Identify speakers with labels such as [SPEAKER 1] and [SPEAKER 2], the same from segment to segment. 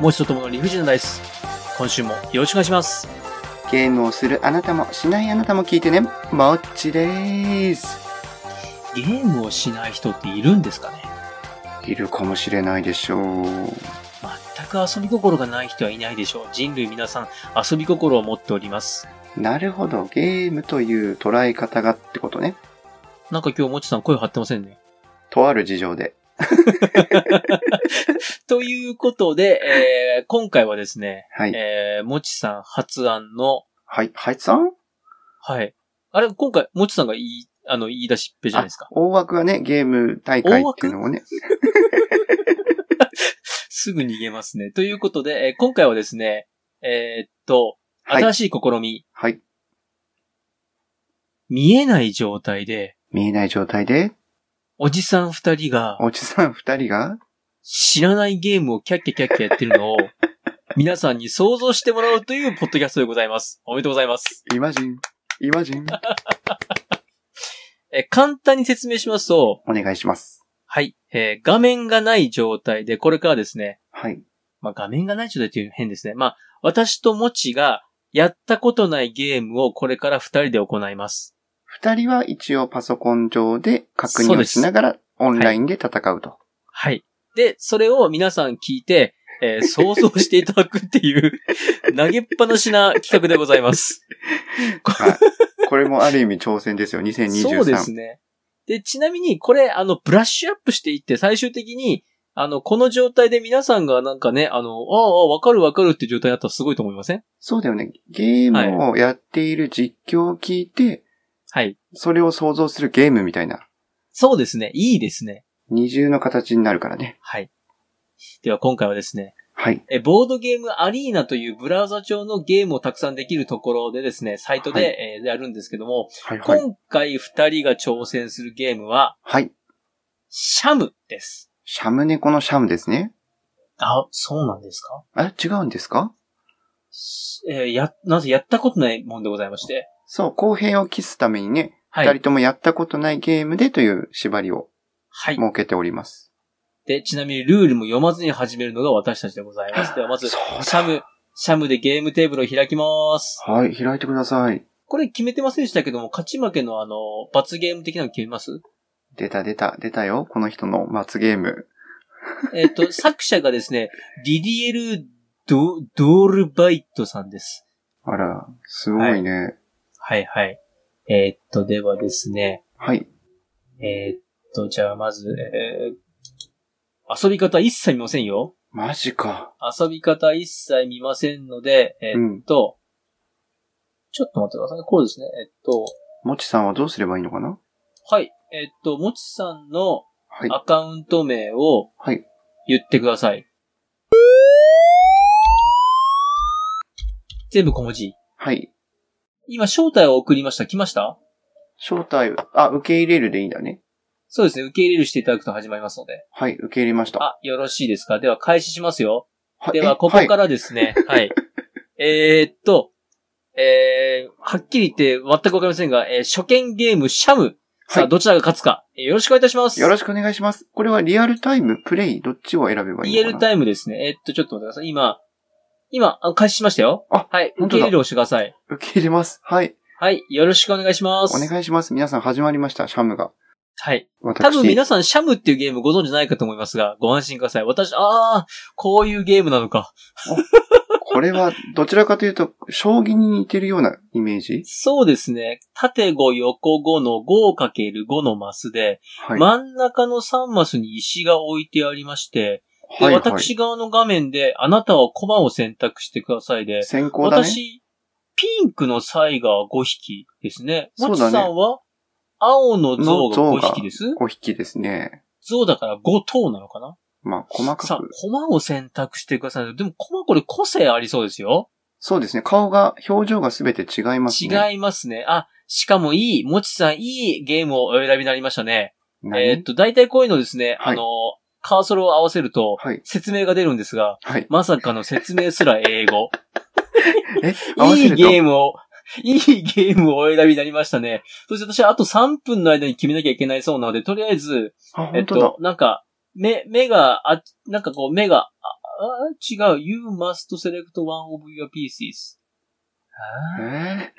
[SPEAKER 1] もう一度ともの理不尽なダイス。今週もよろしくお願いします。
[SPEAKER 2] ゲームをするあなたもしないあなたも聞いてね。もっちでーす。
[SPEAKER 1] ゲームをしない人っているんですかね
[SPEAKER 2] いるかもしれないでしょう。
[SPEAKER 1] 全く遊び心がない人はいないでしょう。人類皆さん遊び心を持っております。
[SPEAKER 2] なるほど。ゲームという捉え方がってことね。
[SPEAKER 1] なんか今日もちさん声張ってませんね。
[SPEAKER 2] とある事情で。
[SPEAKER 1] ということで、えー、今回はですね、
[SPEAKER 2] はい。
[SPEAKER 1] えー、もちさん発案の、
[SPEAKER 2] はい。はいさん
[SPEAKER 1] はい。あれ、今回、もちさんが言い、あの、言い出しっぺじゃないですか
[SPEAKER 2] あ。大枠はね、ゲーム大会っていうのをね。
[SPEAKER 1] すぐ逃げますね。ということで、えー今回はですね、えーっと、
[SPEAKER 2] はい
[SPEAKER 1] 新しい試み、
[SPEAKER 2] はい。
[SPEAKER 1] 見えない状態で、
[SPEAKER 2] 見えない状態で、
[SPEAKER 1] おじさん二人が
[SPEAKER 2] おじさん二人が、
[SPEAKER 1] 知らないゲームをキャッキャキャッキャやってるのを、皆さんに想像してもらうというポッドキャストでございます。おめでとうございます。
[SPEAKER 2] イマジン、イマジン。
[SPEAKER 1] えー簡単に説明しますと、
[SPEAKER 2] お願いします。
[SPEAKER 1] はい、えー画面がない状態で、これからですね、
[SPEAKER 2] はい。
[SPEAKER 1] まあ、画面がない状態というのは変ですね。まあ、私ともちがやったことないゲームをこれから二人で行います。
[SPEAKER 2] 二人は一応パソコン上で確
[SPEAKER 1] そう
[SPEAKER 2] 認
[SPEAKER 1] で
[SPEAKER 2] を
[SPEAKER 1] す
[SPEAKER 2] しながらオンラインで戦うと。
[SPEAKER 1] はい。で、それを皆さん聞いて、えー想像していただくっていう、投げっぱなしな企画でございます。
[SPEAKER 2] はい。これもある意味挑 戦ですよ、2023。
[SPEAKER 1] そうですね。で、ちなみに、これ、あの、ブラッシュアップしていって、最終的に、あの、この状態で皆さんがなんかね、あの、ああ、わかるわかるって状態だったらすごいと思いません
[SPEAKER 2] そうだよね。ゲームをやっている実況を聞いて、
[SPEAKER 1] はい。
[SPEAKER 2] それを想像するゲームみたいな、
[SPEAKER 1] そうですね。いいですね。
[SPEAKER 2] 二重の形になるからね。
[SPEAKER 1] はい。では、今回はですね、
[SPEAKER 2] はい。
[SPEAKER 1] え、ボードゲームアリーナというブラウザ上のゲームをたくさんできるところでですね、サイトで、
[SPEAKER 2] はい
[SPEAKER 1] えーやるんですけども、
[SPEAKER 2] はいはい。
[SPEAKER 1] 今回二人が挑戦するゲームは、
[SPEAKER 2] はい。
[SPEAKER 1] シャムです。
[SPEAKER 2] シャム猫のシャムですね。
[SPEAKER 1] あ、そうなんですか
[SPEAKER 2] あ、違うんですか
[SPEAKER 1] えーや、なぜやったことないもんでございまして。
[SPEAKER 2] そう、公平を期すためにね、
[SPEAKER 1] は
[SPEAKER 2] 二
[SPEAKER 1] い。
[SPEAKER 2] 人ともやったことないゲームでという縛りを
[SPEAKER 1] はい。
[SPEAKER 2] 設けております。
[SPEAKER 1] で、ちなみにルールも読まずに始めるのが私たちでございます。では、まず、シ
[SPEAKER 2] そうだ
[SPEAKER 1] ャム、シャムでゲームテーブルを開きます。
[SPEAKER 2] はい、開いてください。
[SPEAKER 1] これ決めてませんでしたけども、勝ち負けのあの、罰ゲーム的なの決めます
[SPEAKER 2] 出た出た、出たよ。この人の末ゲーム。
[SPEAKER 1] えっ と、作者がですね、ディディエル・ド、ドールバイトさんです。
[SPEAKER 2] あら、すごいね。
[SPEAKER 1] はいはい。えーっと、ではですね、
[SPEAKER 2] はい。
[SPEAKER 1] えーっと、じゃあまず、えー遊び方一切見ませんよ。
[SPEAKER 2] マジか。
[SPEAKER 1] 遊び方一切見ませんので、え
[SPEAKER 2] う
[SPEAKER 1] ーっ
[SPEAKER 2] ん。
[SPEAKER 1] と、ちょっと待ってください。こうですね。えっと、
[SPEAKER 2] もちさんはどうすればいいのかな
[SPEAKER 1] はい。えっと、もちさんの
[SPEAKER 2] はい。
[SPEAKER 1] アカウント名を
[SPEAKER 2] はい。
[SPEAKER 1] 言ってください。全部小文字。
[SPEAKER 2] はい。
[SPEAKER 1] 今、招待を送りました。来ました
[SPEAKER 2] 招待、あ、受け入れるでいいんだね。
[SPEAKER 1] そうですね。受け入れるしていただくと始まりますので。
[SPEAKER 2] はい、受け入れました。
[SPEAKER 1] あ、よろしいですかでは、開始しますよ。
[SPEAKER 2] は
[SPEAKER 1] で
[SPEAKER 2] え
[SPEAKER 1] は、ここ
[SPEAKER 2] い
[SPEAKER 1] からですね。はい。えーっと、えー、はっきり言って全くわかりませんが、えー初見ゲームシャム。さ
[SPEAKER 2] は
[SPEAKER 1] あ、
[SPEAKER 2] い
[SPEAKER 1] どちらが勝つか、えーよろしくお願いいたします。
[SPEAKER 2] よろしくお願いします。これはリアルタイム、プレイ、どっちを選べばいい
[SPEAKER 1] リア
[SPEAKER 2] のか
[SPEAKER 1] ル
[SPEAKER 2] な
[SPEAKER 1] タイムですね。えーっと、ちょっと待ってください。今、今、あ開始しましたよ。
[SPEAKER 2] あ
[SPEAKER 1] はい。受
[SPEAKER 2] 本
[SPEAKER 1] け
[SPEAKER 2] 当だ
[SPEAKER 1] 入れをしてください。
[SPEAKER 2] 受け入れます。はい。
[SPEAKER 1] はい。よろしくお願いします。
[SPEAKER 2] お願いします。皆さん始まりました、シャムが。
[SPEAKER 1] はい。
[SPEAKER 2] 私。
[SPEAKER 1] 多分皆さん、シャムっていうゲームご存知ないかと思いますが、ご安心ください。私、あー、こういうゲームなのか。
[SPEAKER 2] これは、どちらかというと、将棋に似てるようなイメージ
[SPEAKER 1] そうですね。縦5、横5の 5×5 のマスで、
[SPEAKER 2] はい。
[SPEAKER 1] 真ん中の3マスに石が置いてありまして、で
[SPEAKER 2] はい、はい。
[SPEAKER 1] 私側の画面で、あなたはコマを選択してくださいで、
[SPEAKER 2] 先行だね。
[SPEAKER 1] 私、ピンクのサイが5匹ですね。
[SPEAKER 2] そ
[SPEAKER 1] も
[SPEAKER 2] う
[SPEAKER 1] ち
[SPEAKER 2] だね
[SPEAKER 1] さんは、青の象
[SPEAKER 2] の象
[SPEAKER 1] が
[SPEAKER 2] が
[SPEAKER 1] 5匹です
[SPEAKER 2] 5匹ですね。
[SPEAKER 1] 象だから5頭なのかな
[SPEAKER 2] まあ、細
[SPEAKER 1] さ
[SPEAKER 2] か
[SPEAKER 1] あ
[SPEAKER 2] く。、
[SPEAKER 1] コマを選択してください。でも、コマこれ個性ありそうですよ。
[SPEAKER 2] そうですね。顔が、表情がすべて違いますね。
[SPEAKER 1] 違いますね。あ、しかもいい、もちさんいいゲームをお選びになりましたね。
[SPEAKER 2] 何
[SPEAKER 1] えーっと、大体こういうのですね、
[SPEAKER 2] はい
[SPEAKER 1] あの、カーソルを合わせると、
[SPEAKER 2] はい。
[SPEAKER 1] 説明が出るんですが、
[SPEAKER 2] はい。
[SPEAKER 1] まさかの説明すら英語。
[SPEAKER 2] え、合わ
[SPEAKER 1] い
[SPEAKER 2] せ
[SPEAKER 1] い
[SPEAKER 2] る
[SPEAKER 1] ゲ
[SPEAKER 2] と、
[SPEAKER 1] ームを、いいゲームをお選びになりましたね。そして私はあと3分の間に決めなきゃいけないそうなので、とりあえず、
[SPEAKER 2] あ、
[SPEAKER 1] えっ
[SPEAKER 2] 本当だ
[SPEAKER 1] と。、なんか、目、目が、あ、なんかこう、目が、ああ、違う。You must select one of your pieces. あー
[SPEAKER 2] え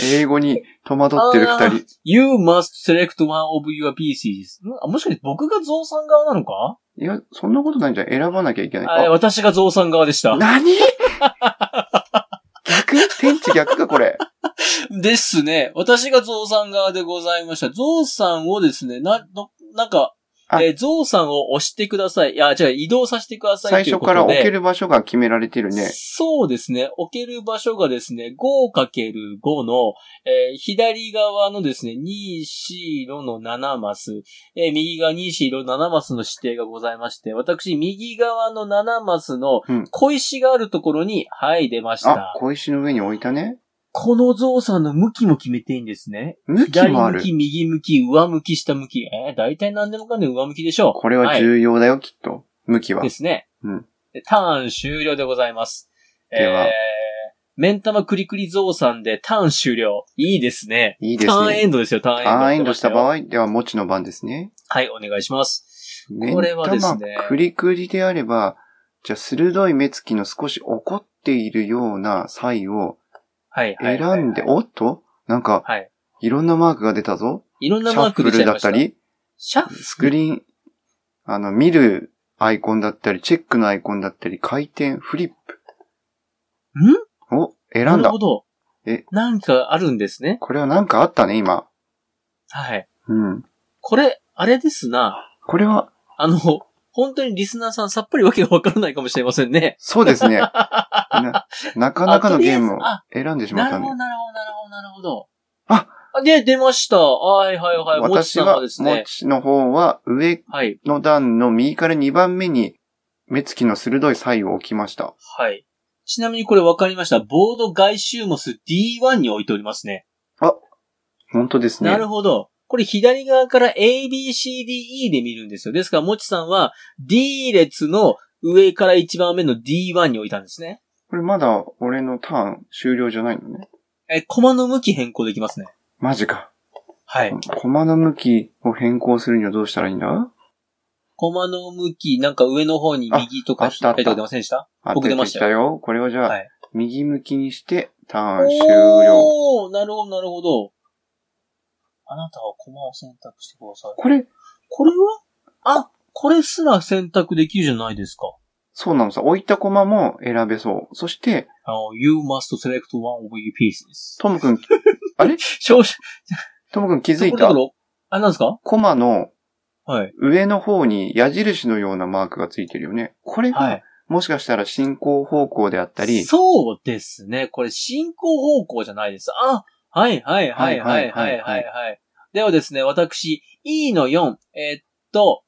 [SPEAKER 2] ー英語に戸惑ってる
[SPEAKER 1] あ
[SPEAKER 2] 二
[SPEAKER 1] ー
[SPEAKER 2] 人。
[SPEAKER 1] You must select one of your pieces. んあ、もしかして僕がゾウさん側なのか
[SPEAKER 2] いや、そんなことないんじゃん。選ばなきゃいけない。
[SPEAKER 1] あ
[SPEAKER 2] あ
[SPEAKER 1] 私がゾウさん側でした。
[SPEAKER 2] 何逆天地逆か、これ。
[SPEAKER 1] ですね。私がゾウさん側でございました。ゾウさんをですね、な、どなんか、
[SPEAKER 2] あ
[SPEAKER 1] えー、ゾウさんを押してください。いや、違う、移動させてください
[SPEAKER 2] 最
[SPEAKER 1] という
[SPEAKER 2] 初
[SPEAKER 1] こと
[SPEAKER 2] か
[SPEAKER 1] で。
[SPEAKER 2] ら置ける場所が決められてるね。
[SPEAKER 1] そうですね。置ける場所がですね、5×5 の、えー左側のですね、2、4、の7マス、えー右側2、4、の7マスの指定がございまして、私、右側の7マスの
[SPEAKER 2] うん
[SPEAKER 1] 小石があるところに、はい、出まし
[SPEAKER 2] あ
[SPEAKER 1] た、。
[SPEAKER 2] 小石の上に置いたね。
[SPEAKER 1] この像さんの向きも決めていいんですね。
[SPEAKER 2] 向き
[SPEAKER 1] 左
[SPEAKER 2] もあ
[SPEAKER 1] 向
[SPEAKER 2] る。
[SPEAKER 1] き、右向き、上向き、下向き。えー、大体何でもかんでも上向きでしょう。
[SPEAKER 2] これは重要だよ、きっと。向きは
[SPEAKER 1] で。すね。
[SPEAKER 2] うん
[SPEAKER 1] でターン終了でございます。
[SPEAKER 2] では
[SPEAKER 1] えー、目ん玉くりくりゾウさんでターン終了。いいですね。
[SPEAKER 2] いいですね
[SPEAKER 1] ターンエンドですよ、ターンエンド。
[SPEAKER 2] あーエンドした場
[SPEAKER 1] 合。
[SPEAKER 2] 合では、持ちの番ですね。
[SPEAKER 1] はい、お願いします。
[SPEAKER 2] 目
[SPEAKER 1] これ
[SPEAKER 2] ん
[SPEAKER 1] はです
[SPEAKER 2] 玉
[SPEAKER 1] ね
[SPEAKER 2] くりくりであれば、じゃあ、鋭い目つきの少し怒っているような際を
[SPEAKER 1] はい、はい。はい
[SPEAKER 2] 選んで、。おっとなんか、
[SPEAKER 1] はい。
[SPEAKER 2] いろんなマークが出たぞ。
[SPEAKER 1] いろん
[SPEAKER 2] シ
[SPEAKER 1] なマ
[SPEAKER 2] ャ
[SPEAKER 1] ー
[SPEAKER 2] ッフ
[SPEAKER 1] ク出ちゃ
[SPEAKER 2] ル
[SPEAKER 1] い
[SPEAKER 2] だ
[SPEAKER 1] ま
[SPEAKER 2] っ
[SPEAKER 1] した
[SPEAKER 2] た。り、
[SPEAKER 1] シャッフル
[SPEAKER 2] スクリーン、あの、見るアイコンだったり、チェックのアイコンだったり、回転、フリップを選
[SPEAKER 1] なんる
[SPEAKER 2] だ
[SPEAKER 1] ほ。ど。
[SPEAKER 2] え
[SPEAKER 1] なんかあるんですね。
[SPEAKER 2] これはなんかあったね、今。
[SPEAKER 1] はい。
[SPEAKER 2] うん。
[SPEAKER 1] これ、あれですな。
[SPEAKER 2] これは、
[SPEAKER 1] あの、本当にリスナーさんさっぱりわけがわからないかもしれませんね。
[SPEAKER 2] そうです ね。ななかなかのゲームを選んでしまっ
[SPEAKER 1] なる
[SPEAKER 2] た
[SPEAKER 1] ほど、
[SPEAKER 2] ね。
[SPEAKER 1] なるほど、なるほど、なるほど。
[SPEAKER 2] あ
[SPEAKER 1] で、出ました。はい、はい、はい。もち
[SPEAKER 2] 私
[SPEAKER 1] さんは
[SPEAKER 2] は
[SPEAKER 1] で、す
[SPEAKER 2] も
[SPEAKER 1] ね。
[SPEAKER 2] ちの方は、上
[SPEAKER 1] はい、
[SPEAKER 2] の段の右から2番目に、目つきの鋭い際を置きました。
[SPEAKER 1] はい。ちなみにこれ分かりました。ボード外周モス D1 に置いておりますね。
[SPEAKER 2] 本当ですね。
[SPEAKER 1] なるほど。これ左側から ABCDE で見るんですよ。ですから、もちさんは D 列の上から1番目の D1 に置いたんですね。
[SPEAKER 2] これまだ俺のターン終了じゃないのね。
[SPEAKER 1] え、コマの向き変更できますね。
[SPEAKER 2] マジか。
[SPEAKER 1] はい。
[SPEAKER 2] 駒の向きを変更するにはどうしたらいいんだ
[SPEAKER 1] コマの向き、なんか上の方に右と
[SPEAKER 2] ああ
[SPEAKER 1] か
[SPEAKER 2] っ
[SPEAKER 1] 左
[SPEAKER 2] たあった
[SPEAKER 1] とか出ませんでした
[SPEAKER 2] あ
[SPEAKER 1] 僕出ましたよ
[SPEAKER 2] 出てきよ。これをじゃあ、
[SPEAKER 1] はい
[SPEAKER 2] 右向きにして、ターン終了。
[SPEAKER 1] おーなるほど、なるほど。あなたはコマを選択してください。
[SPEAKER 2] これ、
[SPEAKER 1] これはあ、これすら選択できるじゃないですか。
[SPEAKER 2] そうなのさ。置いた駒も選べそう。そして、
[SPEAKER 1] あの、you must select one of your pieces.
[SPEAKER 2] と もくん、
[SPEAKER 1] 少子、
[SPEAKER 2] ともくん気づい
[SPEAKER 1] とこ
[SPEAKER 2] た。
[SPEAKER 1] ろあ、なんですか
[SPEAKER 2] 駒の
[SPEAKER 1] はい。
[SPEAKER 2] 上の方に矢印のようなマークがついてるよね。これが、
[SPEAKER 1] はい。
[SPEAKER 2] もしかしたら進行方向であったり、
[SPEAKER 1] そうですね。これ進行方向じゃないです。あ、はいはいはいはいはい
[SPEAKER 2] は
[SPEAKER 1] はい
[SPEAKER 2] はい
[SPEAKER 1] い。はいではですね、私、E の4、えーっと、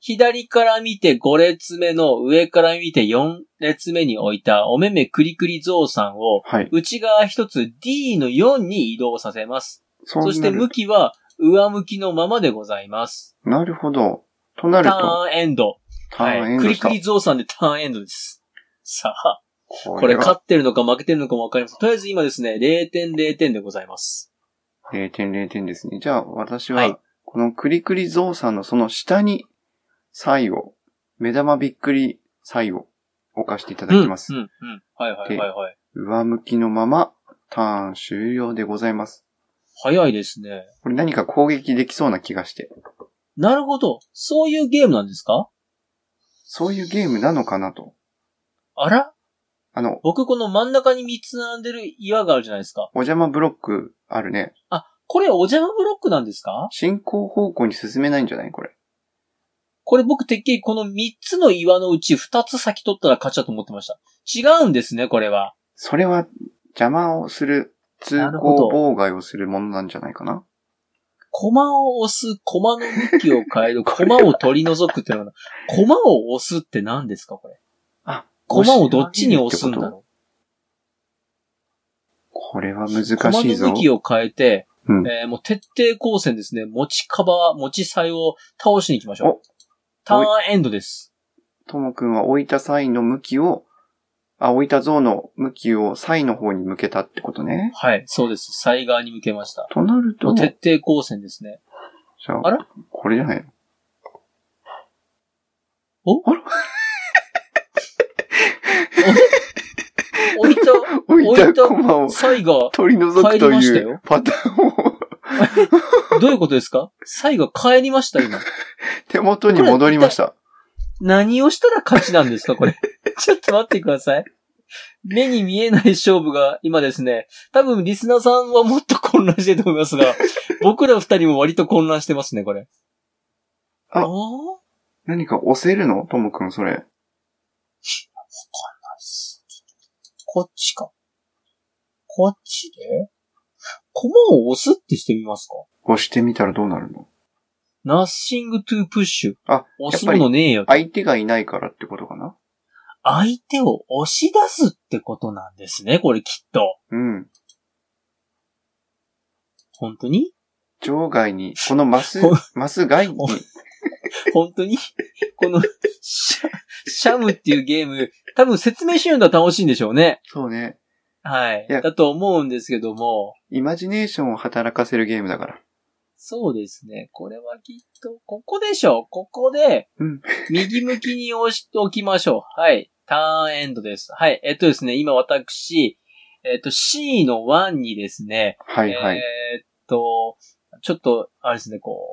[SPEAKER 1] 左から見て5列目の上から見て4列目に置いたおめめくりくりゾウさんを
[SPEAKER 2] はい。
[SPEAKER 1] 内側一つ D の4に移動させます。
[SPEAKER 2] そうな
[SPEAKER 1] そ
[SPEAKER 2] る
[SPEAKER 1] して向きは上向きのままでございます。
[SPEAKER 2] なるほど。とな
[SPEAKER 1] タ
[SPEAKER 2] ると、
[SPEAKER 1] ーンエンド。
[SPEAKER 2] ターンエン
[SPEAKER 1] く
[SPEAKER 2] ド
[SPEAKER 1] り
[SPEAKER 2] し
[SPEAKER 1] く
[SPEAKER 2] た。
[SPEAKER 1] りゾウさんでターンエンドです。さあ。こ
[SPEAKER 2] こ
[SPEAKER 1] れ
[SPEAKER 2] れ
[SPEAKER 1] 勝
[SPEAKER 2] が
[SPEAKER 1] ってるのか負けてるのかもわかりません。とりあえず今ですね、0点0点でございます。
[SPEAKER 2] 0点0点ですね。じゃあ、私は、
[SPEAKER 1] はい
[SPEAKER 2] このくりくりゾウさんのその下に、際を、目玉びっくり際を置かしていただきます。
[SPEAKER 1] うん、うん、うん。はいはいはいはい。
[SPEAKER 2] 上向きのまま、ターン終了でございます。
[SPEAKER 1] 早いですね。
[SPEAKER 2] これ何か攻撃できそうな気がして。
[SPEAKER 1] なるほど。そういうゲームなんですか
[SPEAKER 2] そういうゲームなのかなと。
[SPEAKER 1] あら
[SPEAKER 2] あの、
[SPEAKER 1] 僕この真ん中に3つ並んでる岩があるじゃないですか。
[SPEAKER 2] お邪魔ブロックあるね。
[SPEAKER 1] あ、これお邪魔ブロックなんですか
[SPEAKER 2] 進行方向に進めないんじゃないこれ。
[SPEAKER 1] これ僕てっきりこの3つの岩のうち2つ先取ったら勝ちだと思ってました。違うんですね、これは。
[SPEAKER 2] それは、邪魔をする、通
[SPEAKER 1] なるほど
[SPEAKER 2] 行妨害をするものなんじゃないかな
[SPEAKER 1] 駒を押す、駒の向きを変 える、駒を取り除くっていうのは、駒を押すって何ですか、これ。
[SPEAKER 2] あ、
[SPEAKER 1] 駒をどっちに押すんだろう
[SPEAKER 2] これは難し
[SPEAKER 1] 駒
[SPEAKER 2] い
[SPEAKER 1] の
[SPEAKER 2] ぞ
[SPEAKER 1] 向。きを変えて、
[SPEAKER 2] うん
[SPEAKER 1] えーもう徹底抗戦ですね。持ちカバー、持ち祭を倒しに行きましょう
[SPEAKER 2] お。
[SPEAKER 1] ターンエンドです。
[SPEAKER 2] ともくんは置いた際の向きを、あ、置いた像の向きを際の方に向けたってことね。
[SPEAKER 1] はい、そうです。祭側に向けました。
[SPEAKER 2] となる
[SPEAKER 1] も
[SPEAKER 2] と、
[SPEAKER 1] う
[SPEAKER 2] じ
[SPEAKER 1] 徹底抗戦ですね。
[SPEAKER 2] ゃ
[SPEAKER 1] あら
[SPEAKER 2] これじゃない
[SPEAKER 1] お
[SPEAKER 2] あら 置いた駒を
[SPEAKER 1] サイが、ど
[SPEAKER 2] 取り除くと
[SPEAKER 1] 帰りました
[SPEAKER 2] い
[SPEAKER 1] よ
[SPEAKER 2] うパターンを
[SPEAKER 1] ういうことですかサイが帰りました、今。
[SPEAKER 2] 手元に戻りました。
[SPEAKER 1] 何をしたら勝ちなんですか、これ。 ちょっと待ってください。目に見えない勝負が今ですね、多分リスナーさんはもっと混乱してると思います が、僕ら二人も割と混乱してますね、これ。
[SPEAKER 2] あ
[SPEAKER 1] あー
[SPEAKER 2] 何か押せるのともくん、それ。
[SPEAKER 1] こっちか。こっちで駒を押すってしてみますか
[SPEAKER 2] 押してみたらどうなるの
[SPEAKER 1] ナッシングトゥープッシュ。
[SPEAKER 2] あ、
[SPEAKER 1] 押すものねえよって。
[SPEAKER 2] 相手がいないからってことかな
[SPEAKER 1] 相手を押し出すってことなんですね、これきっと。
[SPEAKER 2] うん。
[SPEAKER 1] 本当に
[SPEAKER 2] 場外に、このマ ス
[SPEAKER 1] ほ、
[SPEAKER 2] マス外に、
[SPEAKER 1] 本当にこのシャ、シャムっていうゲーム、多分説明しようのは楽しいんでしょうね。
[SPEAKER 2] そうね、
[SPEAKER 1] はい。
[SPEAKER 2] いや
[SPEAKER 1] だと思うんですけども、
[SPEAKER 2] イマジネーションを働かせるゲームだから。
[SPEAKER 1] そうですね。これはきっと、ここでしょここで
[SPEAKER 2] うん、
[SPEAKER 1] 右向きに押しておきましょう。はい。ターンエンドです。はい。えっとですね、今私、えっと C の1にですね、
[SPEAKER 2] はいはい。
[SPEAKER 1] えーっと、ちょっと、あれですね、こ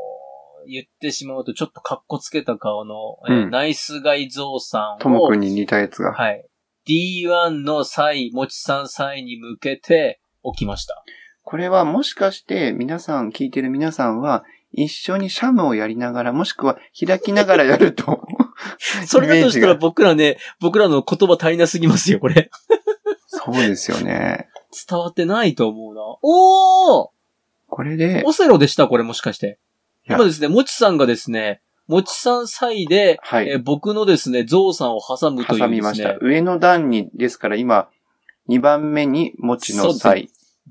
[SPEAKER 1] う、言ってしまうと、ちょっと格好つけた顔の、えー
[SPEAKER 2] うん
[SPEAKER 1] ナイスガイゾウさん
[SPEAKER 2] とも
[SPEAKER 1] を
[SPEAKER 2] くん、に似たやつが。
[SPEAKER 1] はい。D1 の際、もちさん際に向けて置きました。
[SPEAKER 2] これはもしかして皆さん、聞いてる皆さんは、一緒にシャムをやりながら、もしくは開きながらやる と。
[SPEAKER 1] それだとした
[SPEAKER 2] イメージ
[SPEAKER 1] ら
[SPEAKER 2] が
[SPEAKER 1] 僕らね、僕らの言葉足りなすぎますよ、これ。
[SPEAKER 2] そうですよね。
[SPEAKER 1] 伝わってないと思うな。おー
[SPEAKER 2] これで、
[SPEAKER 1] オセロでした、これもしかして。
[SPEAKER 2] いや
[SPEAKER 1] 今ですね、もちさんがですね、もちさん際で、
[SPEAKER 2] は
[SPEAKER 1] え
[SPEAKER 2] い、
[SPEAKER 1] ー僕のですね、ゾウさんを挟むというですね。
[SPEAKER 2] 挟みました。上の段に、ですから今、2番目に持ちの
[SPEAKER 1] そう
[SPEAKER 2] 際。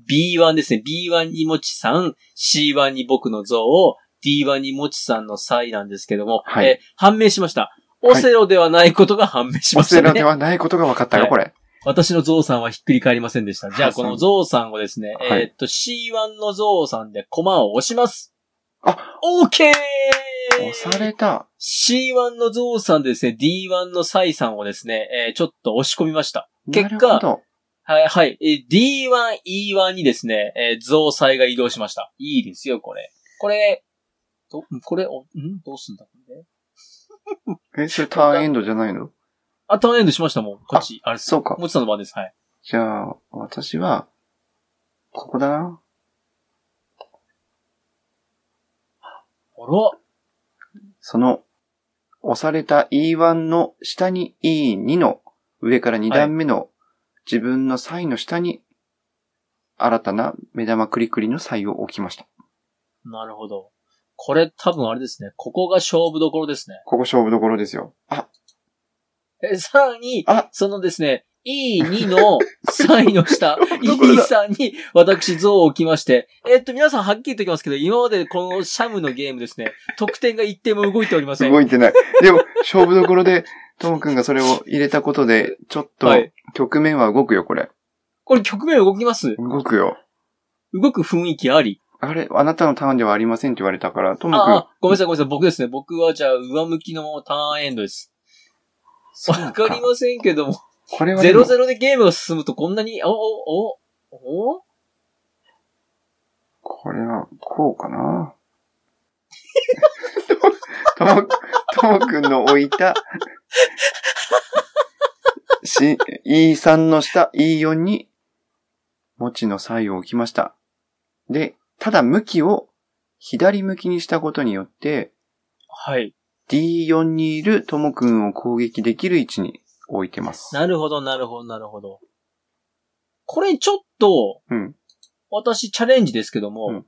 [SPEAKER 1] B1 ですね。B1 にもちさん、C1 に僕の像を、D1 にもちさんの際なんですけども、
[SPEAKER 2] はい
[SPEAKER 1] えー判明しました。
[SPEAKER 2] はい
[SPEAKER 1] オセロではないことが判明しま
[SPEAKER 2] オ
[SPEAKER 1] した
[SPEAKER 2] セ
[SPEAKER 1] ね。
[SPEAKER 2] ロではないことが分かったよ、
[SPEAKER 1] はい
[SPEAKER 2] これ。
[SPEAKER 1] 私の像さんはひっくり返りませんでした。じゃあ、
[SPEAKER 2] は
[SPEAKER 1] こ
[SPEAKER 2] い
[SPEAKER 1] の像さんをですね、
[SPEAKER 2] はい
[SPEAKER 1] えーっと、C1 の像さんでコマを押します。
[SPEAKER 2] あ、
[SPEAKER 1] OK!
[SPEAKER 2] 押された。
[SPEAKER 1] C1 の像さんでですね、D1 の際さんをですね、えーちょっと押し込みました。結果
[SPEAKER 2] なるほど
[SPEAKER 1] はい、はい。えー D1、E1 にですね、えー増債が移動しました。いいですよ、これ。これ、ど、んこれ、おんどうすんだこれ
[SPEAKER 2] え、それターンエンドじゃないの
[SPEAKER 1] あ、ターンエンドしましたもん。こっち。あれです。
[SPEAKER 2] そうか。
[SPEAKER 1] もちさんの番です。はい。
[SPEAKER 2] じゃあ、私は、ここだな。
[SPEAKER 1] あら、
[SPEAKER 2] その、押された E1 の下に E2 の上から2段目の自分の際の下に、新たな目玉クリクリの際を置きました。
[SPEAKER 1] なるほど。これ多分あれですね。ここが勝負どころですね。
[SPEAKER 2] ここ勝負どころですよ。あ、
[SPEAKER 1] え、さらに
[SPEAKER 2] あ、
[SPEAKER 1] そのですね、E2 の3位の 下、
[SPEAKER 2] どこだ
[SPEAKER 1] E3 に私像を置きまして、えっと、皆さんはっきり言っておきますけど、今までこのシャムのゲームですね、得点が一点も動いておりません。
[SPEAKER 2] 動いてない。でも、勝負どころで、ともくんがそれを入れたことで、ちょっと
[SPEAKER 1] はい、
[SPEAKER 2] 局面は動くよ、これ。
[SPEAKER 1] これ局面動きます
[SPEAKER 2] 動くよ。
[SPEAKER 1] 動く雰囲気あり。
[SPEAKER 2] あれ、あなたのターンではありませんって言われたから、と
[SPEAKER 1] あ
[SPEAKER 2] もくん
[SPEAKER 1] あ、、ごめんなさい、ごめんなさい。僕ですね。僕はじゃあ、上向きのままターンエンドです。
[SPEAKER 2] そう
[SPEAKER 1] わかりませんけども、
[SPEAKER 2] これはでも
[SPEAKER 1] 0-0でゲームが進むとこんなに、お、お、お、お
[SPEAKER 2] これは、こうかな。 とも、ともくんの置いた、し、E3 の下、E4 に、持ちの際を置きました。で、ただ向きを左向きにしたことによって、
[SPEAKER 1] はい。
[SPEAKER 2] D4 にいるともくんを攻撃できる位置に置いてます。
[SPEAKER 1] なるほど、なるほど、なるほど。これちょっと、
[SPEAKER 2] うん。
[SPEAKER 1] 私チャレンジですけども、
[SPEAKER 2] うん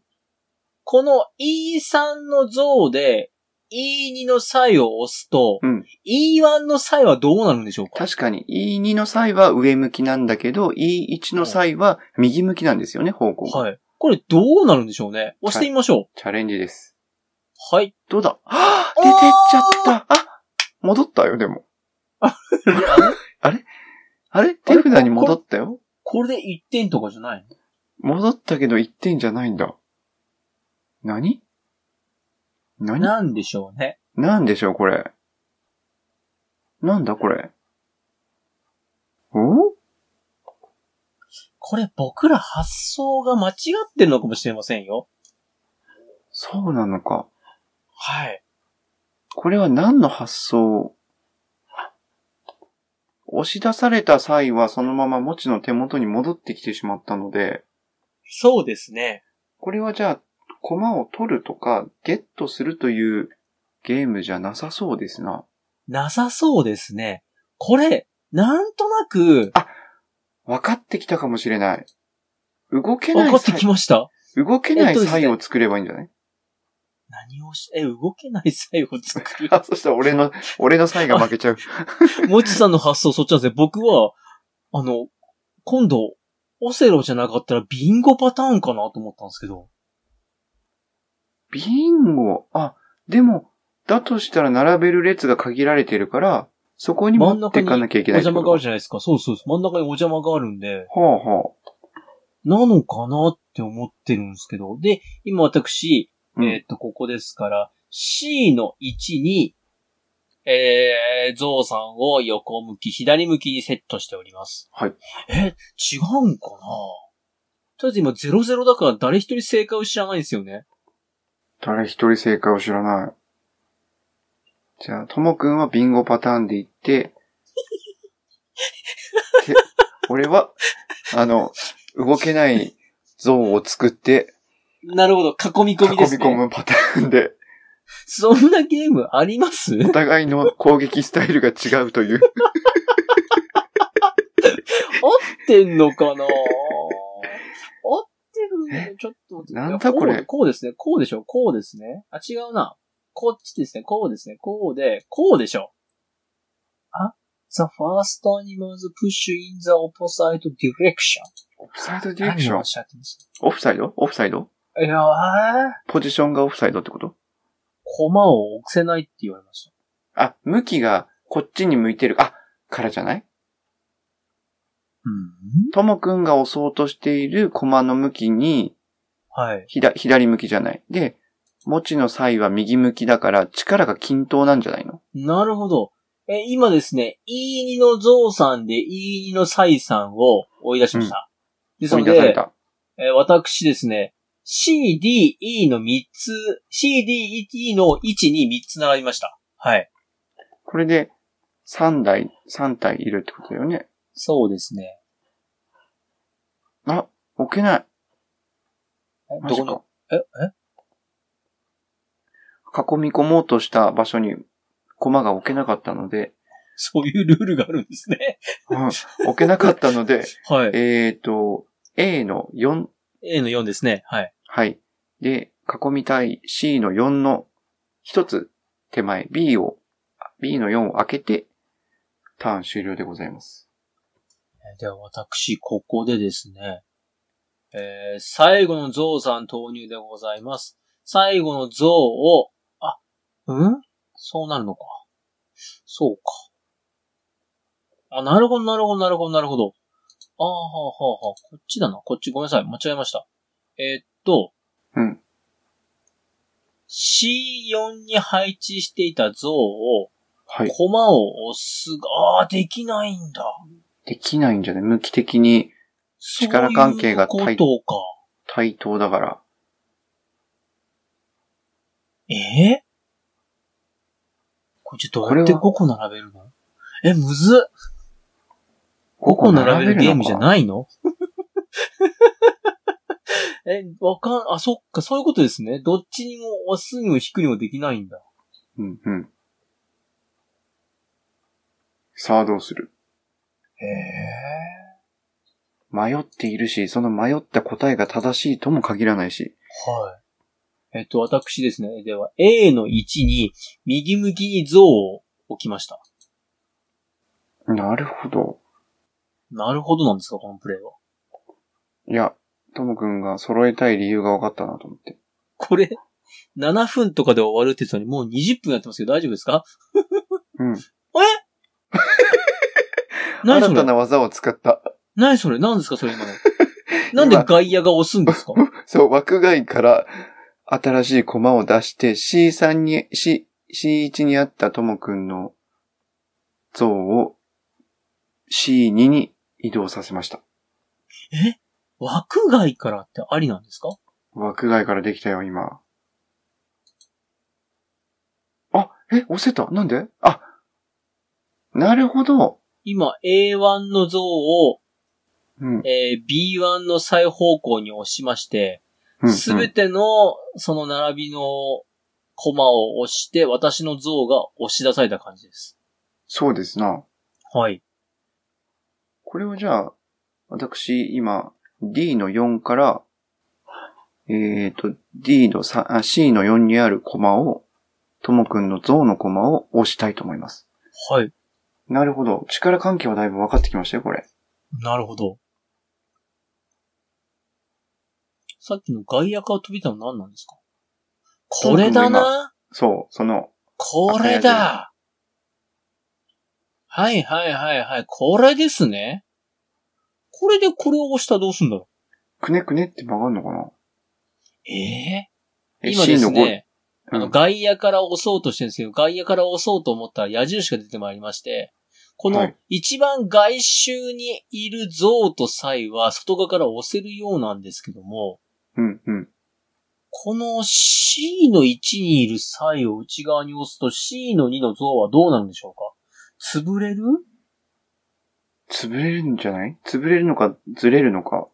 [SPEAKER 1] この E3 の像で E2 の際を押すと、
[SPEAKER 2] うん
[SPEAKER 1] E1 の際はどうなるんでしょうか
[SPEAKER 2] 確かに E2 の際は上向きなんだけど、E1 の際は右向きなんですよね、方向が。
[SPEAKER 1] はい。これどうなるんでしょうね押してみましょ
[SPEAKER 2] チャレンジです。
[SPEAKER 1] う。はい。
[SPEAKER 2] どうだあ
[SPEAKER 1] お
[SPEAKER 2] 出
[SPEAKER 1] ー
[SPEAKER 2] てっちゃったあ戻ったよ、で も。あれあれ手札に戻ったよ
[SPEAKER 1] これで1点とかじゃないの
[SPEAKER 2] 戻ったけど1点じゃないんだ。何何な
[SPEAKER 1] なんでしょうね。
[SPEAKER 2] んでしょう、これ。なんだ、これ。お
[SPEAKER 1] これ僕ら発想が間違ってるのかもしれませんよ。
[SPEAKER 2] そうなのか。
[SPEAKER 1] はい。
[SPEAKER 2] これは何の発想押し出された際はそのままもちの手元に戻ってきてしまったので、
[SPEAKER 1] そうですね。
[SPEAKER 2] これはじゃあ、駒を取るとか、ゲットするというゲームじゃなさそうですな。
[SPEAKER 1] なさそうですね。これ、なんとなく、
[SPEAKER 2] 分かってきたかもしれない。動けな
[SPEAKER 1] 分
[SPEAKER 2] い
[SPEAKER 1] かってき
[SPEAKER 2] 際、
[SPEAKER 1] ました。
[SPEAKER 2] 動けな
[SPEAKER 1] えっ
[SPEAKER 2] い
[SPEAKER 1] とですね
[SPEAKER 2] 際を作ればいいんじゃない、
[SPEAKER 1] 何をし、え、動けない際を作 る。
[SPEAKER 2] あ、そしたら俺の、俺の際が負けちゃう。
[SPEAKER 1] もちさんの発想そっちなんですね。僕は、あの、今度、オセロじゃなかったらビンゴパターンかなと思ったんですけど。
[SPEAKER 2] ビンゴ。あ、でも、だとしたら並べる列が限られてるから、そこに持っていかなきゃい
[SPEAKER 1] お
[SPEAKER 2] けないって
[SPEAKER 1] 邪
[SPEAKER 2] こ
[SPEAKER 1] 魔
[SPEAKER 2] と
[SPEAKER 1] があるじゃないですか。そうそうそう。真ん中にお邪魔があるんで、
[SPEAKER 2] はあは
[SPEAKER 1] なのかなって思ってるんですけど。で、今私、
[SPEAKER 2] あ。うん
[SPEAKER 1] えーっと、ここですから、C の1に、えー、ゾウさんを横向き、左向きにセットしております。
[SPEAKER 2] はい。
[SPEAKER 1] え、違うんかなとりあえず今00だから誰一人正解を知らないんですよね。
[SPEAKER 2] 誰一人正解を知らない。じゃあ、ともくんはビンゴパターンで行って、 て俺は、あの、動けない像を作って、
[SPEAKER 1] なるほど、囲み
[SPEAKER 2] 囲
[SPEAKER 1] 込
[SPEAKER 2] み
[SPEAKER 1] みですね。
[SPEAKER 2] 込むパターンで、
[SPEAKER 1] そんなゲームあります
[SPEAKER 2] お互いの攻撃スタイルが違うという。
[SPEAKER 1] 合ってんのかな合ってるのちょっと待って。
[SPEAKER 2] なんだこれ
[SPEAKER 1] いやうこうですね。こうでしょこうですね。あ、違うな。こっちですね。こうですね。こうで、こうでしょあ ?The first animals push in the opposite direction.
[SPEAKER 2] オフサイドディレクシ
[SPEAKER 1] 何を
[SPEAKER 2] ョン
[SPEAKER 1] おっしゃってます
[SPEAKER 2] オフサイドオフサイド
[SPEAKER 1] いやー、
[SPEAKER 2] ポジションがオフサイドってこと
[SPEAKER 1] 駒を押せないって言われました。
[SPEAKER 2] あ、向きがこっちに向いてる。あ、からじゃない
[SPEAKER 1] うん
[SPEAKER 2] ともくんが押そうとしている駒の向きに、
[SPEAKER 1] はい。
[SPEAKER 2] 左、左向きじゃない。で、持ちの際は右向きだから力が均等なんじゃないの
[SPEAKER 1] なるほど。え、今ですね、E2 のゾウさんで E2 のサイさんを追い出しました。です
[SPEAKER 2] 追
[SPEAKER 1] の
[SPEAKER 2] い出
[SPEAKER 1] で
[SPEAKER 2] さ、れた。
[SPEAKER 1] えー私ですね、CDE の3つ、CDE の位置に3つ並びました。はい。
[SPEAKER 2] これで3台、3体いるってことだよね。
[SPEAKER 1] そうですね。
[SPEAKER 2] あ、置けない。
[SPEAKER 1] え
[SPEAKER 2] マ
[SPEAKER 1] ど
[SPEAKER 2] ジ
[SPEAKER 1] こに
[SPEAKER 2] か。
[SPEAKER 1] え、え
[SPEAKER 2] 囲み込もうとした場所に駒が置けなかったので、
[SPEAKER 1] そういうルールがあるんですね。
[SPEAKER 2] うん、置けなかったので、
[SPEAKER 1] はい。
[SPEAKER 2] えっと、A の4、
[SPEAKER 1] A の4ですね。はい。
[SPEAKER 2] はい。で、囲みたい C の4の1つ手前、B を、B の4を開けて、ターン終了でございます。
[SPEAKER 1] えーでは私、ここでですね、えー最後のゾウさん投入でございます。最後のゾウを、あ、うんそうなるのか。そうか。あ、なるほど、なるほど、なるほど、なるほど。あーはあ、はあ、はあ、こっちだな。こっち、ごめんなさい。間違えました。えーっと、
[SPEAKER 2] うん。
[SPEAKER 1] C4 に配置していたゾウを、
[SPEAKER 2] はい。
[SPEAKER 1] 駒を押すが、あー、できないんだ。
[SPEAKER 2] できないんじゃない向き的に力関係が
[SPEAKER 1] そうい
[SPEAKER 2] 対
[SPEAKER 1] うことか。
[SPEAKER 2] 対等だから。
[SPEAKER 1] ええこれちょっとどうやって5個並べるのえ、むずっ !5 個並べるゲームじゃ
[SPEAKER 2] い
[SPEAKER 1] ないの え、わかん、あ、そっか、そういうことですね。どっちにも押すにも引くにもできないんだ。
[SPEAKER 2] うんうん。さあどうする
[SPEAKER 1] へえ。
[SPEAKER 2] 迷っているし、その迷った答えが正しいとも限らないし。
[SPEAKER 1] はい。えっと、私ですね。では、A の位置に、右向きに像を置きました。
[SPEAKER 2] なるほど。
[SPEAKER 1] なるほどなんですか、このプレイは。
[SPEAKER 2] いや、ともくんが揃えたい理由が分かったなと思って。
[SPEAKER 1] これ、7分とかで終わるって言ってたのに、もう20分やってますけど大丈夫ですか
[SPEAKER 2] うん。
[SPEAKER 1] 何そ
[SPEAKER 2] 新た
[SPEAKER 1] れ
[SPEAKER 2] な技を使った。
[SPEAKER 1] 何それ何ですかそれ 今の。なんで外野が押すんですか
[SPEAKER 2] そう、枠外から新しい駒を出して C3 に、C、C1 にあったともくんの像を C2 に移動させました。
[SPEAKER 1] え枠外からってありなんですか
[SPEAKER 2] 枠外からできたよ、今。あ、え、押せたなんであ、なるほど。
[SPEAKER 1] 今 A1 の像を、
[SPEAKER 2] うん。
[SPEAKER 1] えー B1 の再方向に押しまして、
[SPEAKER 2] うん
[SPEAKER 1] すべてのその並びのコマを押して、私の像が押し出された感じです。
[SPEAKER 2] そうですな。
[SPEAKER 1] はい。
[SPEAKER 2] これをじゃあ、私、今、D の4から、えっ、と、D の3あ、C の4にあるコマを、ともくんの像のコマを押したいと思います。
[SPEAKER 1] はい。
[SPEAKER 2] なるほど。力関係はだいぶ分かってきましたよ、これ。
[SPEAKER 1] なるほど。さっきの外野から飛び出たの何なんですかこれだな
[SPEAKER 2] そう、その、
[SPEAKER 1] これだはいはいはいはい。これですね。これでこれを押したらどうすんだろ
[SPEAKER 2] くねくねって曲がるのかな
[SPEAKER 1] うええ
[SPEAKER 2] え
[SPEAKER 1] 今です
[SPEAKER 2] C の5
[SPEAKER 1] ね、あの外野から押そうとしてるんですけど、外野から押そうと思ったら矢印が出てまいりまして、こ
[SPEAKER 2] は
[SPEAKER 1] の
[SPEAKER 2] い
[SPEAKER 1] 一番外周にいる像と際は外側から押せるようなんですけども、
[SPEAKER 2] うん、うん。
[SPEAKER 1] この C の1にいる際を内側に押すと C の2の像はどうなるんでしょうか潰れる
[SPEAKER 2] 潰れるんじゃない潰れるのか、ずれるのか。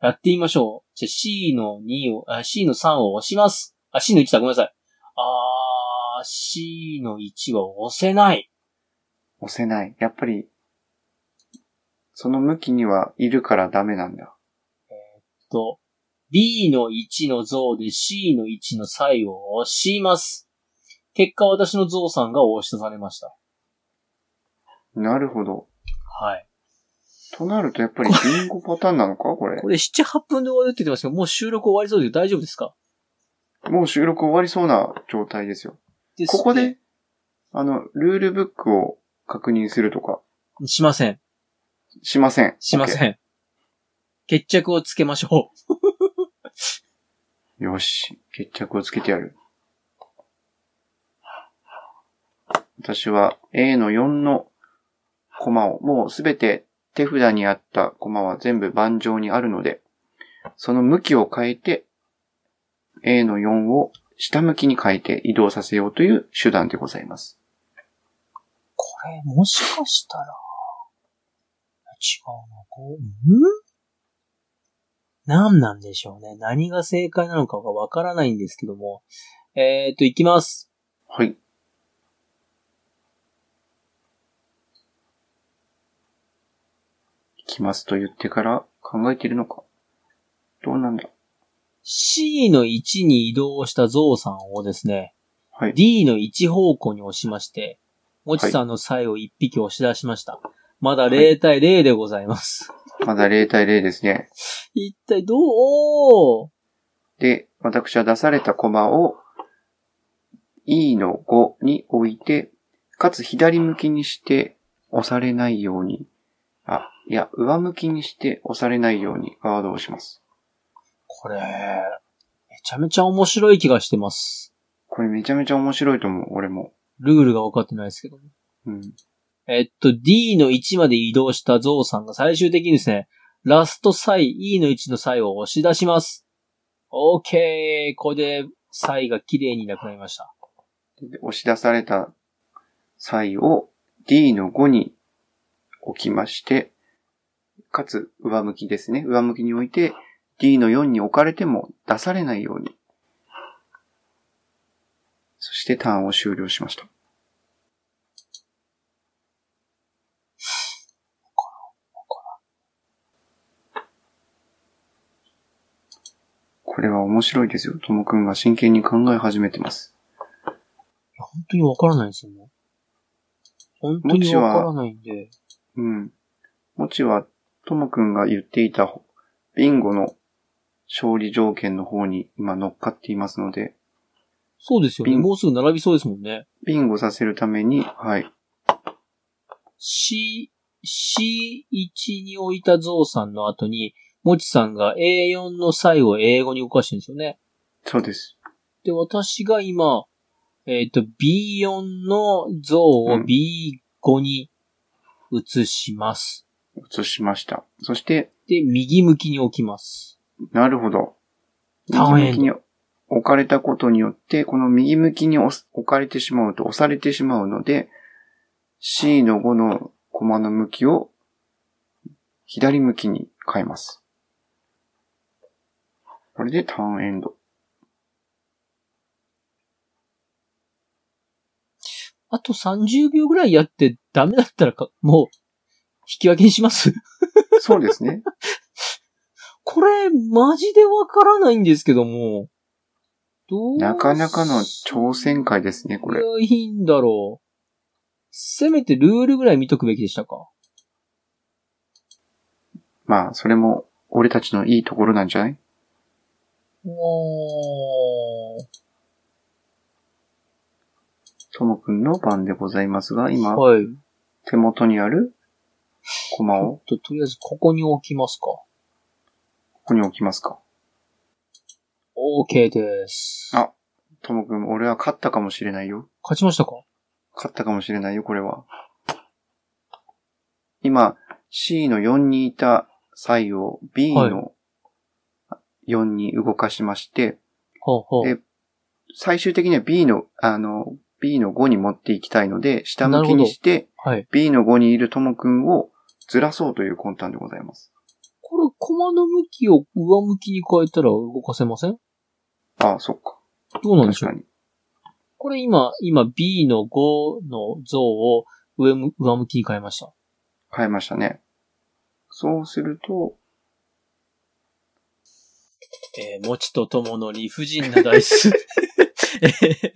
[SPEAKER 1] やってみましょう。じゃあ C の2を、あ C の3を押します。あ、C の1だ、ごめんなさい。あー、C の1は押せない。
[SPEAKER 2] 押せない。やっぱり、その向きにはいるからダメなんだ。
[SPEAKER 1] と、B の1の像で C の1の際を押します。結果、私の像さんが押し出されました。
[SPEAKER 2] なるほど。
[SPEAKER 1] はい。
[SPEAKER 2] となると、やっぱりビンゴパターンな のかこれ
[SPEAKER 1] こ。れ7、8分で終わるって言ってますけど、もう収録終わりそうですけど大丈夫ですか
[SPEAKER 2] もう収録終わりそうな状態ですよ。
[SPEAKER 1] です
[SPEAKER 2] ここで、あの、ルールブックを確認するとか、
[SPEAKER 1] しません。
[SPEAKER 2] しません。
[SPEAKER 1] しません。決着をつけましょう。
[SPEAKER 2] OK よし、決着をつけてやる。私は A の4のコマを、もうすべて手札にあったコマは全部盤上にあるので、その向きを変えて、A の4を下向きに変えて移動させようという手段でございます。
[SPEAKER 1] これ、もしかしたら、違うな、こう、ん何なんでしょうね。何が正解なのかがわからないんですけども。えーと、いきます。
[SPEAKER 2] はい。行きますと言ってから考えているのか。どうなんだ
[SPEAKER 1] C の1に移動したゾウさんをですね、
[SPEAKER 2] はい。
[SPEAKER 1] D の1方向に押しまして、もちさんの際を1匹押し出しました。まだ0対0でございます。
[SPEAKER 2] まだ0対0ですね。
[SPEAKER 1] 一体どうおー
[SPEAKER 2] で、私は出されたコマを E の5に置いて、かつ左向きにして押されないように、あ、いや、上向きにして押されないようにガードをします。
[SPEAKER 1] これ、めちゃめちゃ面白い気がしてます。
[SPEAKER 2] これめちゃめちゃ面白いと思う、俺も。
[SPEAKER 1] ルールが分かってないですけど。
[SPEAKER 2] うん。
[SPEAKER 1] えっと、D の1まで移動したゾウさんが最終的にですね、ラスト際、E の1の際を押し出します。OK! これで、際が綺麗になくなりました。
[SPEAKER 2] で押し出された際を D の5に置きまして、かつ上向きですね。上向きに置いて D の4に置かれても出されないように。そしてターンを終了しました。これは面白いですよ。ともくんが真剣に考え始めてます。
[SPEAKER 1] 本当にわからないんですよね。本当にわからないんで。
[SPEAKER 2] うん。もちは、ともくんが言っていたほ、ビンゴの勝利条件の方に今乗っかっていますので、
[SPEAKER 1] そうですよね。
[SPEAKER 2] ビン
[SPEAKER 1] もうすぐ並びそうですもんね。
[SPEAKER 2] ビンゴさせるために、はい。
[SPEAKER 1] C、C1 に置いたゾウさんの後に、もちさんが A4 の際を英語に動かしてるんですよね。
[SPEAKER 2] そうです。
[SPEAKER 1] で、私が今、えっ、と、B4 の像を
[SPEAKER 2] うん
[SPEAKER 1] B5 に移します。
[SPEAKER 2] 移しました。そして、
[SPEAKER 1] で、右向きに置きます。
[SPEAKER 2] なるほど。
[SPEAKER 1] ターンエンド
[SPEAKER 2] 右向きに置かれたことによって、この右向きに押す置かれてしまうと押されてしまうので、C の5のコマの向きを左向きに変えます。これでターンエンド。
[SPEAKER 1] あと30秒ぐらいやってダメだったらか、もう、引き分けにします。
[SPEAKER 2] そうですね。
[SPEAKER 1] これ、マジでわからないんですけども。どう
[SPEAKER 2] なかなかの挑戦会ですね、これ。
[SPEAKER 1] いいんだろう。せめてルールぐらい見とくべきでしたか。
[SPEAKER 2] まあ、それも俺たちのいいところなんじゃない
[SPEAKER 1] お
[SPEAKER 2] ともくんの番でございますが、今、
[SPEAKER 1] はい。
[SPEAKER 2] 手元にあるコマを
[SPEAKER 1] と、とりあえず、ここに置きますか。
[SPEAKER 2] ここに置きますか。
[SPEAKER 1] OK です。
[SPEAKER 2] あともくん、俺は勝ったかもしれないよ。
[SPEAKER 1] 勝ちましたか
[SPEAKER 2] 勝ったかもしれないよ、これは。今、C の4にいた際を B の4に動かしまして、
[SPEAKER 1] ほうほう
[SPEAKER 2] で。最終的には B の、あの、B の5に持っていきたいので、下向きにして、
[SPEAKER 1] はい。
[SPEAKER 2] B の5にいるともくんをずらそうという魂胆でございます。
[SPEAKER 1] これ、駒の向きを上向きに変えたら動かせません
[SPEAKER 2] ああ、そっか。
[SPEAKER 1] どうなんで
[SPEAKER 2] 確
[SPEAKER 1] しょ
[SPEAKER 2] か
[SPEAKER 1] う
[SPEAKER 2] に。
[SPEAKER 1] これ今、今 B の5の像を上む上向きに変えました。
[SPEAKER 2] 変えましたね。そうすると、
[SPEAKER 1] えー、もちとともの理不尽なダイ ス。えー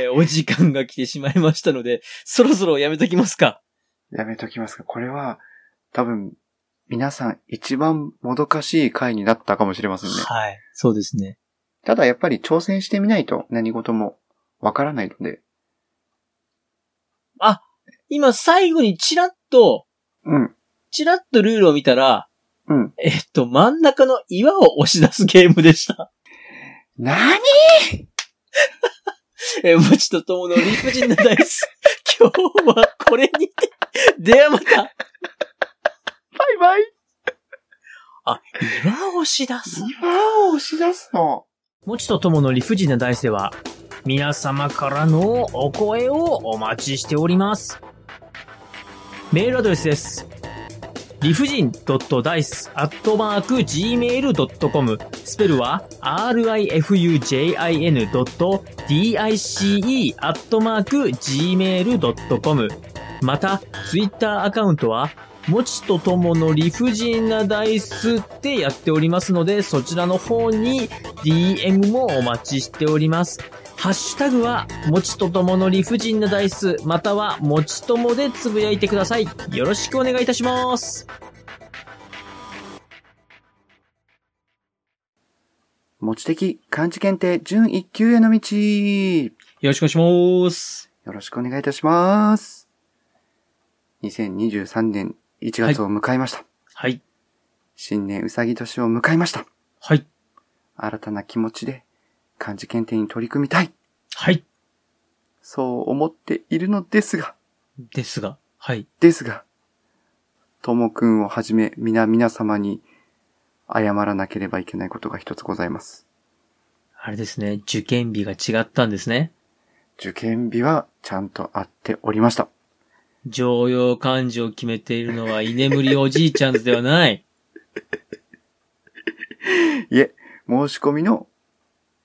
[SPEAKER 1] えーお時間が来てしまいましたので、そろそろやめときますか。
[SPEAKER 2] やめときますか。これは、多分、皆さん一番もどかしい回になったかもしれませんね。
[SPEAKER 1] はい。そうですね。
[SPEAKER 2] ただやっぱり挑戦してみないと何事もわからないので。
[SPEAKER 1] 今最後にチラッと、
[SPEAKER 2] うん。
[SPEAKER 1] チラッとルールを見たら、
[SPEAKER 2] うん。
[SPEAKER 1] えっと、真ん中の岩を押し出すゲームでした。
[SPEAKER 2] なに
[SPEAKER 1] えー、もちとともの理不尽なダイス。 今日はこれにて、ではまた。
[SPEAKER 2] バイバイ
[SPEAKER 1] あ、岩を押し出す
[SPEAKER 2] 今を押し出すの
[SPEAKER 1] もちとともの理不尽な大世は、皆様からのお声をお待ちしております。メールアドレスです。理不尽 d i c e g m a i l c o m スペルは rifujin.dice gmail.com また、ツイッターアカウントは、もちとともの理不尽なダイスってやっておりますので、そちらの方に DM もお待ちしております。ハッシュタグは、もちとともの理不尽なダイス、または、もちともでつぶやいてください。よろしくお願いいたします。
[SPEAKER 2] 持ち的漢字検定準1級への道よ
[SPEAKER 1] よろしくお願いします。
[SPEAKER 2] ろしくお願いいたします。2023年1月を迎えました。
[SPEAKER 1] はい。
[SPEAKER 2] 新年うさぎ年を迎えました。
[SPEAKER 1] はい。
[SPEAKER 2] 新たな気持ちで漢字検定に取り組みたい。
[SPEAKER 1] はい。
[SPEAKER 2] そう思っているのですが、
[SPEAKER 1] ですが、はい。
[SPEAKER 2] ですが、ともくんをはじめ皆皆様に謝らなければいけないことが一つございます。
[SPEAKER 1] あれですね、受験日が違ったんですね。
[SPEAKER 2] 受験日はちゃんとあっておりました。
[SPEAKER 1] 常用漢字を決めているのは居眠りおじいちゃんズではない。
[SPEAKER 2] いえ、申し込みの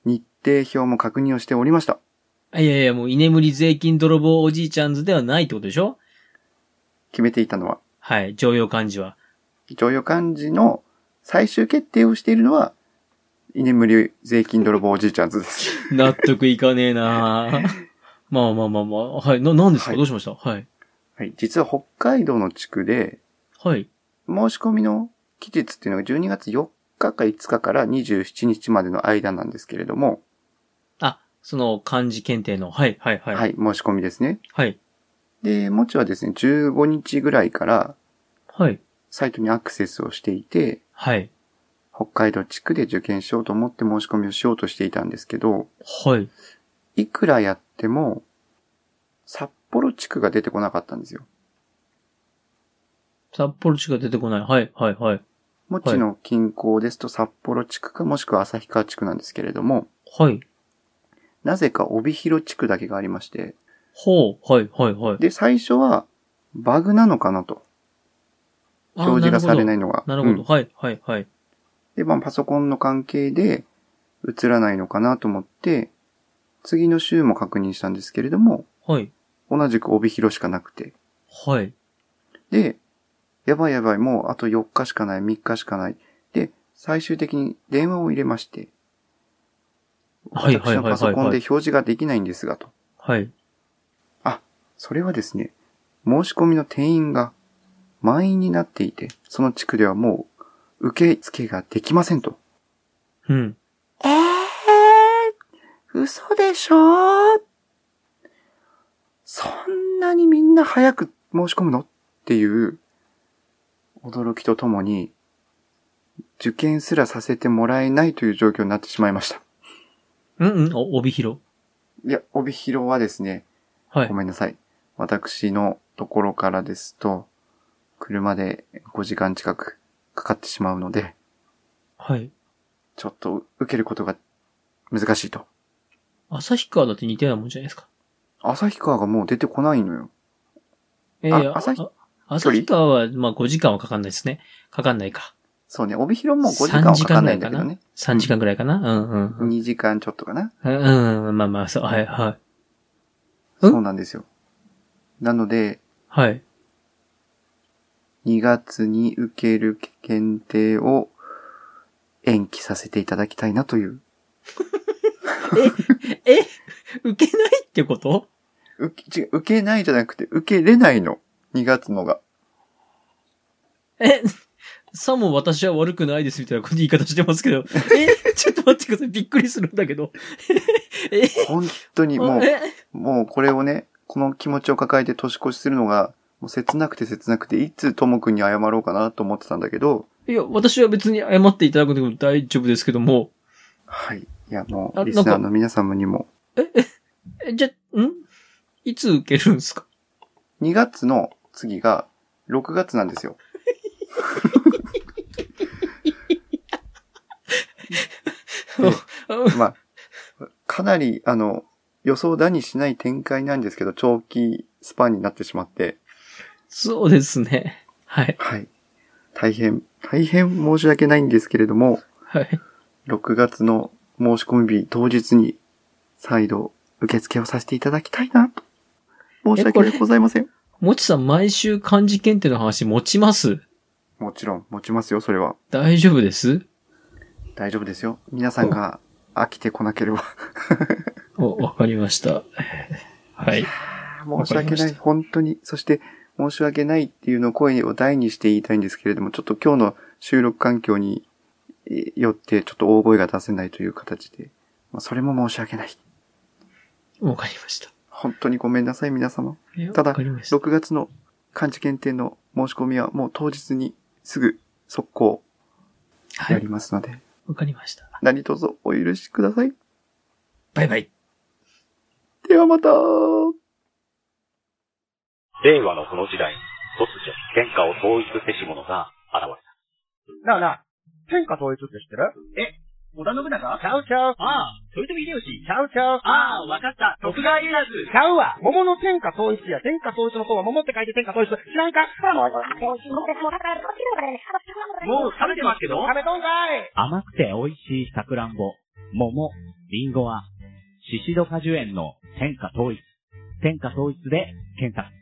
[SPEAKER 2] 日程表も確認をしておりました。
[SPEAKER 1] いやいや、もう居眠り税金泥棒おじいちゃんズではないってことでしょ
[SPEAKER 2] 決めていたのは、
[SPEAKER 1] はい、常用漢字は。
[SPEAKER 2] 常用漢字の最終決定をしているのは、居眠り税金泥棒おじいちゃんズです。
[SPEAKER 1] 納得いかねえなあまあまあまあまあ。はい。な、なんですか、
[SPEAKER 2] はい
[SPEAKER 1] どうしましたはい。
[SPEAKER 2] はい、実は北海道の地区で、
[SPEAKER 1] はい。
[SPEAKER 2] 申し込みの期日っていうのが12月4日か5日から27日までの間なんですけれども、
[SPEAKER 1] あ、その漢字検定の。はい、はい、は。
[SPEAKER 2] はいい、
[SPEAKER 1] はい。
[SPEAKER 2] 申し込みですね。
[SPEAKER 1] はい。
[SPEAKER 2] で、もちはですね、15日ぐらいから
[SPEAKER 1] はい。
[SPEAKER 2] サイトにアクセスをしていて、
[SPEAKER 1] はい。
[SPEAKER 2] 北海道地区で受験しようと思って申し込みをしようとしていたんですけど、
[SPEAKER 1] はい。
[SPEAKER 2] いくらやっても、札幌地区が出てこなかったんですよ。
[SPEAKER 1] 札幌地区が出てこない。はい、はい、はい。
[SPEAKER 2] もちの近郊ですと札幌地区かもしくは旭川地区なんですけれども、
[SPEAKER 1] はい。
[SPEAKER 2] なぜか帯広地区だけがありまして、
[SPEAKER 1] ほう、はい、はい、はい。
[SPEAKER 2] で、最初はバグなのかなと、
[SPEAKER 1] あ。
[SPEAKER 2] 表示がされないいのが。
[SPEAKER 1] なるほど。
[SPEAKER 2] うん
[SPEAKER 1] はい、はい、はい。
[SPEAKER 2] で、まあパソコンの関係で映らないのかなと思って、次の週も確認したんですけれども、
[SPEAKER 1] はい、
[SPEAKER 2] 同じく帯広しかなくて。
[SPEAKER 1] はい。
[SPEAKER 2] で、やばいやばい、もうあと4日しかない、3日しかない。で、最終的に電話を入れまして、
[SPEAKER 1] はい、は
[SPEAKER 2] 私
[SPEAKER 1] い、
[SPEAKER 2] の
[SPEAKER 1] はい、
[SPEAKER 2] パソコ
[SPEAKER 1] はいは
[SPEAKER 2] ンで表
[SPEAKER 1] い。
[SPEAKER 2] 示ができないんですがと。
[SPEAKER 1] はい。
[SPEAKER 2] それはですね、申し込みの定員が満員になっていて、その地区ではもう受付ができませんと。
[SPEAKER 1] うん。
[SPEAKER 2] ええー、嘘でしょそんなにみんな早く申し込むのっていう驚きとともに、受験すらさせてもらえないという状況になってしまいました。
[SPEAKER 1] うん、うん、お帯広。
[SPEAKER 2] いや、帯広はですね、
[SPEAKER 1] はい
[SPEAKER 2] ご。めんなさい。私のところからですと、車で5時間近くかかってしまうので、
[SPEAKER 1] はい。
[SPEAKER 2] ちょっと受けることが難しいと。
[SPEAKER 1] 旭川だって似たようなもんじゃないですか。
[SPEAKER 2] 旭川がもう出てこないのよ。
[SPEAKER 1] え
[SPEAKER 2] あ
[SPEAKER 1] ーあ
[SPEAKER 2] 旭
[SPEAKER 1] あ旭川は、まあ、5時間はかかんないですね。かかんないか。
[SPEAKER 2] そうね、帯広も5時間はかかんないんだけどね。
[SPEAKER 1] 3時間ぐらいかな。うん、うん、うん。
[SPEAKER 2] 2時間ちょっとかな。
[SPEAKER 1] うん、うんまあまあ、そう、はい、はい。うん
[SPEAKER 2] そうなんですよ。なので、
[SPEAKER 1] はい。
[SPEAKER 2] 2月に受ける検定を延期させていただきたいなという。
[SPEAKER 1] え受けないってこと
[SPEAKER 2] 受け、違う受けないじゃなくて、受けれないの。2月のが。
[SPEAKER 1] えさも私は悪くないですみたいな言い方してます けど。えちょっと待ってください。びっくりするんだけど。え
[SPEAKER 2] 本当にもう、
[SPEAKER 1] え
[SPEAKER 2] もうこれをね、この気持ちを抱えて年越しするのが、もう切なくて切なくて、いつともくんに謝ろうかなと思ってたんだけど、
[SPEAKER 1] いや、私は別に謝っていただくのも大丈夫ですけども。
[SPEAKER 2] はい。いや、も
[SPEAKER 1] あ
[SPEAKER 2] う、リスナ
[SPEAKER 1] な
[SPEAKER 2] ー
[SPEAKER 1] んか
[SPEAKER 2] の皆様にも、
[SPEAKER 1] え、じゃ、んいつ受けるんですか
[SPEAKER 2] 2月の次が6月なんですよ。
[SPEAKER 1] うん
[SPEAKER 2] まあ、かなり、あの、予想だにしない展開なんですけど、長期スパンになってしまって、
[SPEAKER 1] そうですね。はい。
[SPEAKER 2] はい。大変、大変申し訳ないんですけれども、
[SPEAKER 1] はい。
[SPEAKER 2] 6月の申し込み日当日に再度受付をさせていただきたいなと。申し
[SPEAKER 1] えこれ
[SPEAKER 2] 訳ございません。
[SPEAKER 1] もちさん、毎週漢字検定の話持ちます
[SPEAKER 2] もちろん、持ちますよ、それは。
[SPEAKER 1] 大丈夫です
[SPEAKER 2] 大丈夫ですよ。皆さんが飽きてこなければ。
[SPEAKER 1] お、わかりました。はい。
[SPEAKER 2] 申し訳
[SPEAKER 1] わかりま
[SPEAKER 2] な
[SPEAKER 1] し
[SPEAKER 2] い、本当に。そして、申し訳ないっていうのを声を大にして言いたいんですけれども、ちょっと今日の収録環境にえよって、ちょっと大声が出せないという形で、まあ、それも申し訳ない。
[SPEAKER 1] わかりました。
[SPEAKER 2] 本当にごめんなさい、皆様。
[SPEAKER 1] え
[SPEAKER 2] ただ
[SPEAKER 1] わかりました。
[SPEAKER 2] 6月の漢字検定の申し込みはもう当日にすぐ速攻
[SPEAKER 1] は
[SPEAKER 2] や
[SPEAKER 1] い
[SPEAKER 2] り。ますので、
[SPEAKER 1] わかりました。
[SPEAKER 2] 何卒お許しください。
[SPEAKER 1] バイバイ。
[SPEAKER 2] ではまた
[SPEAKER 3] 令和のこの時代、突如、天下を統一せし者が現れた。
[SPEAKER 4] なあなあ、天下統一って知ってる
[SPEAKER 3] 織田信長
[SPEAKER 4] ちゃうちゃう。
[SPEAKER 3] ああ、豊臣秀吉。
[SPEAKER 4] ちゃうちゃう。
[SPEAKER 3] ああ、わかった。徳川家康。
[SPEAKER 4] ちゃうわ。桃の天下統一や。天下統一の方は桃って書いて天下統一。知らんか
[SPEAKER 3] もう食べてますけど
[SPEAKER 4] 食べとんかい
[SPEAKER 5] 甘くて美味しいさくらんぼ、桃、りんごは、シシド果樹園の天下統一。天下統一で検索。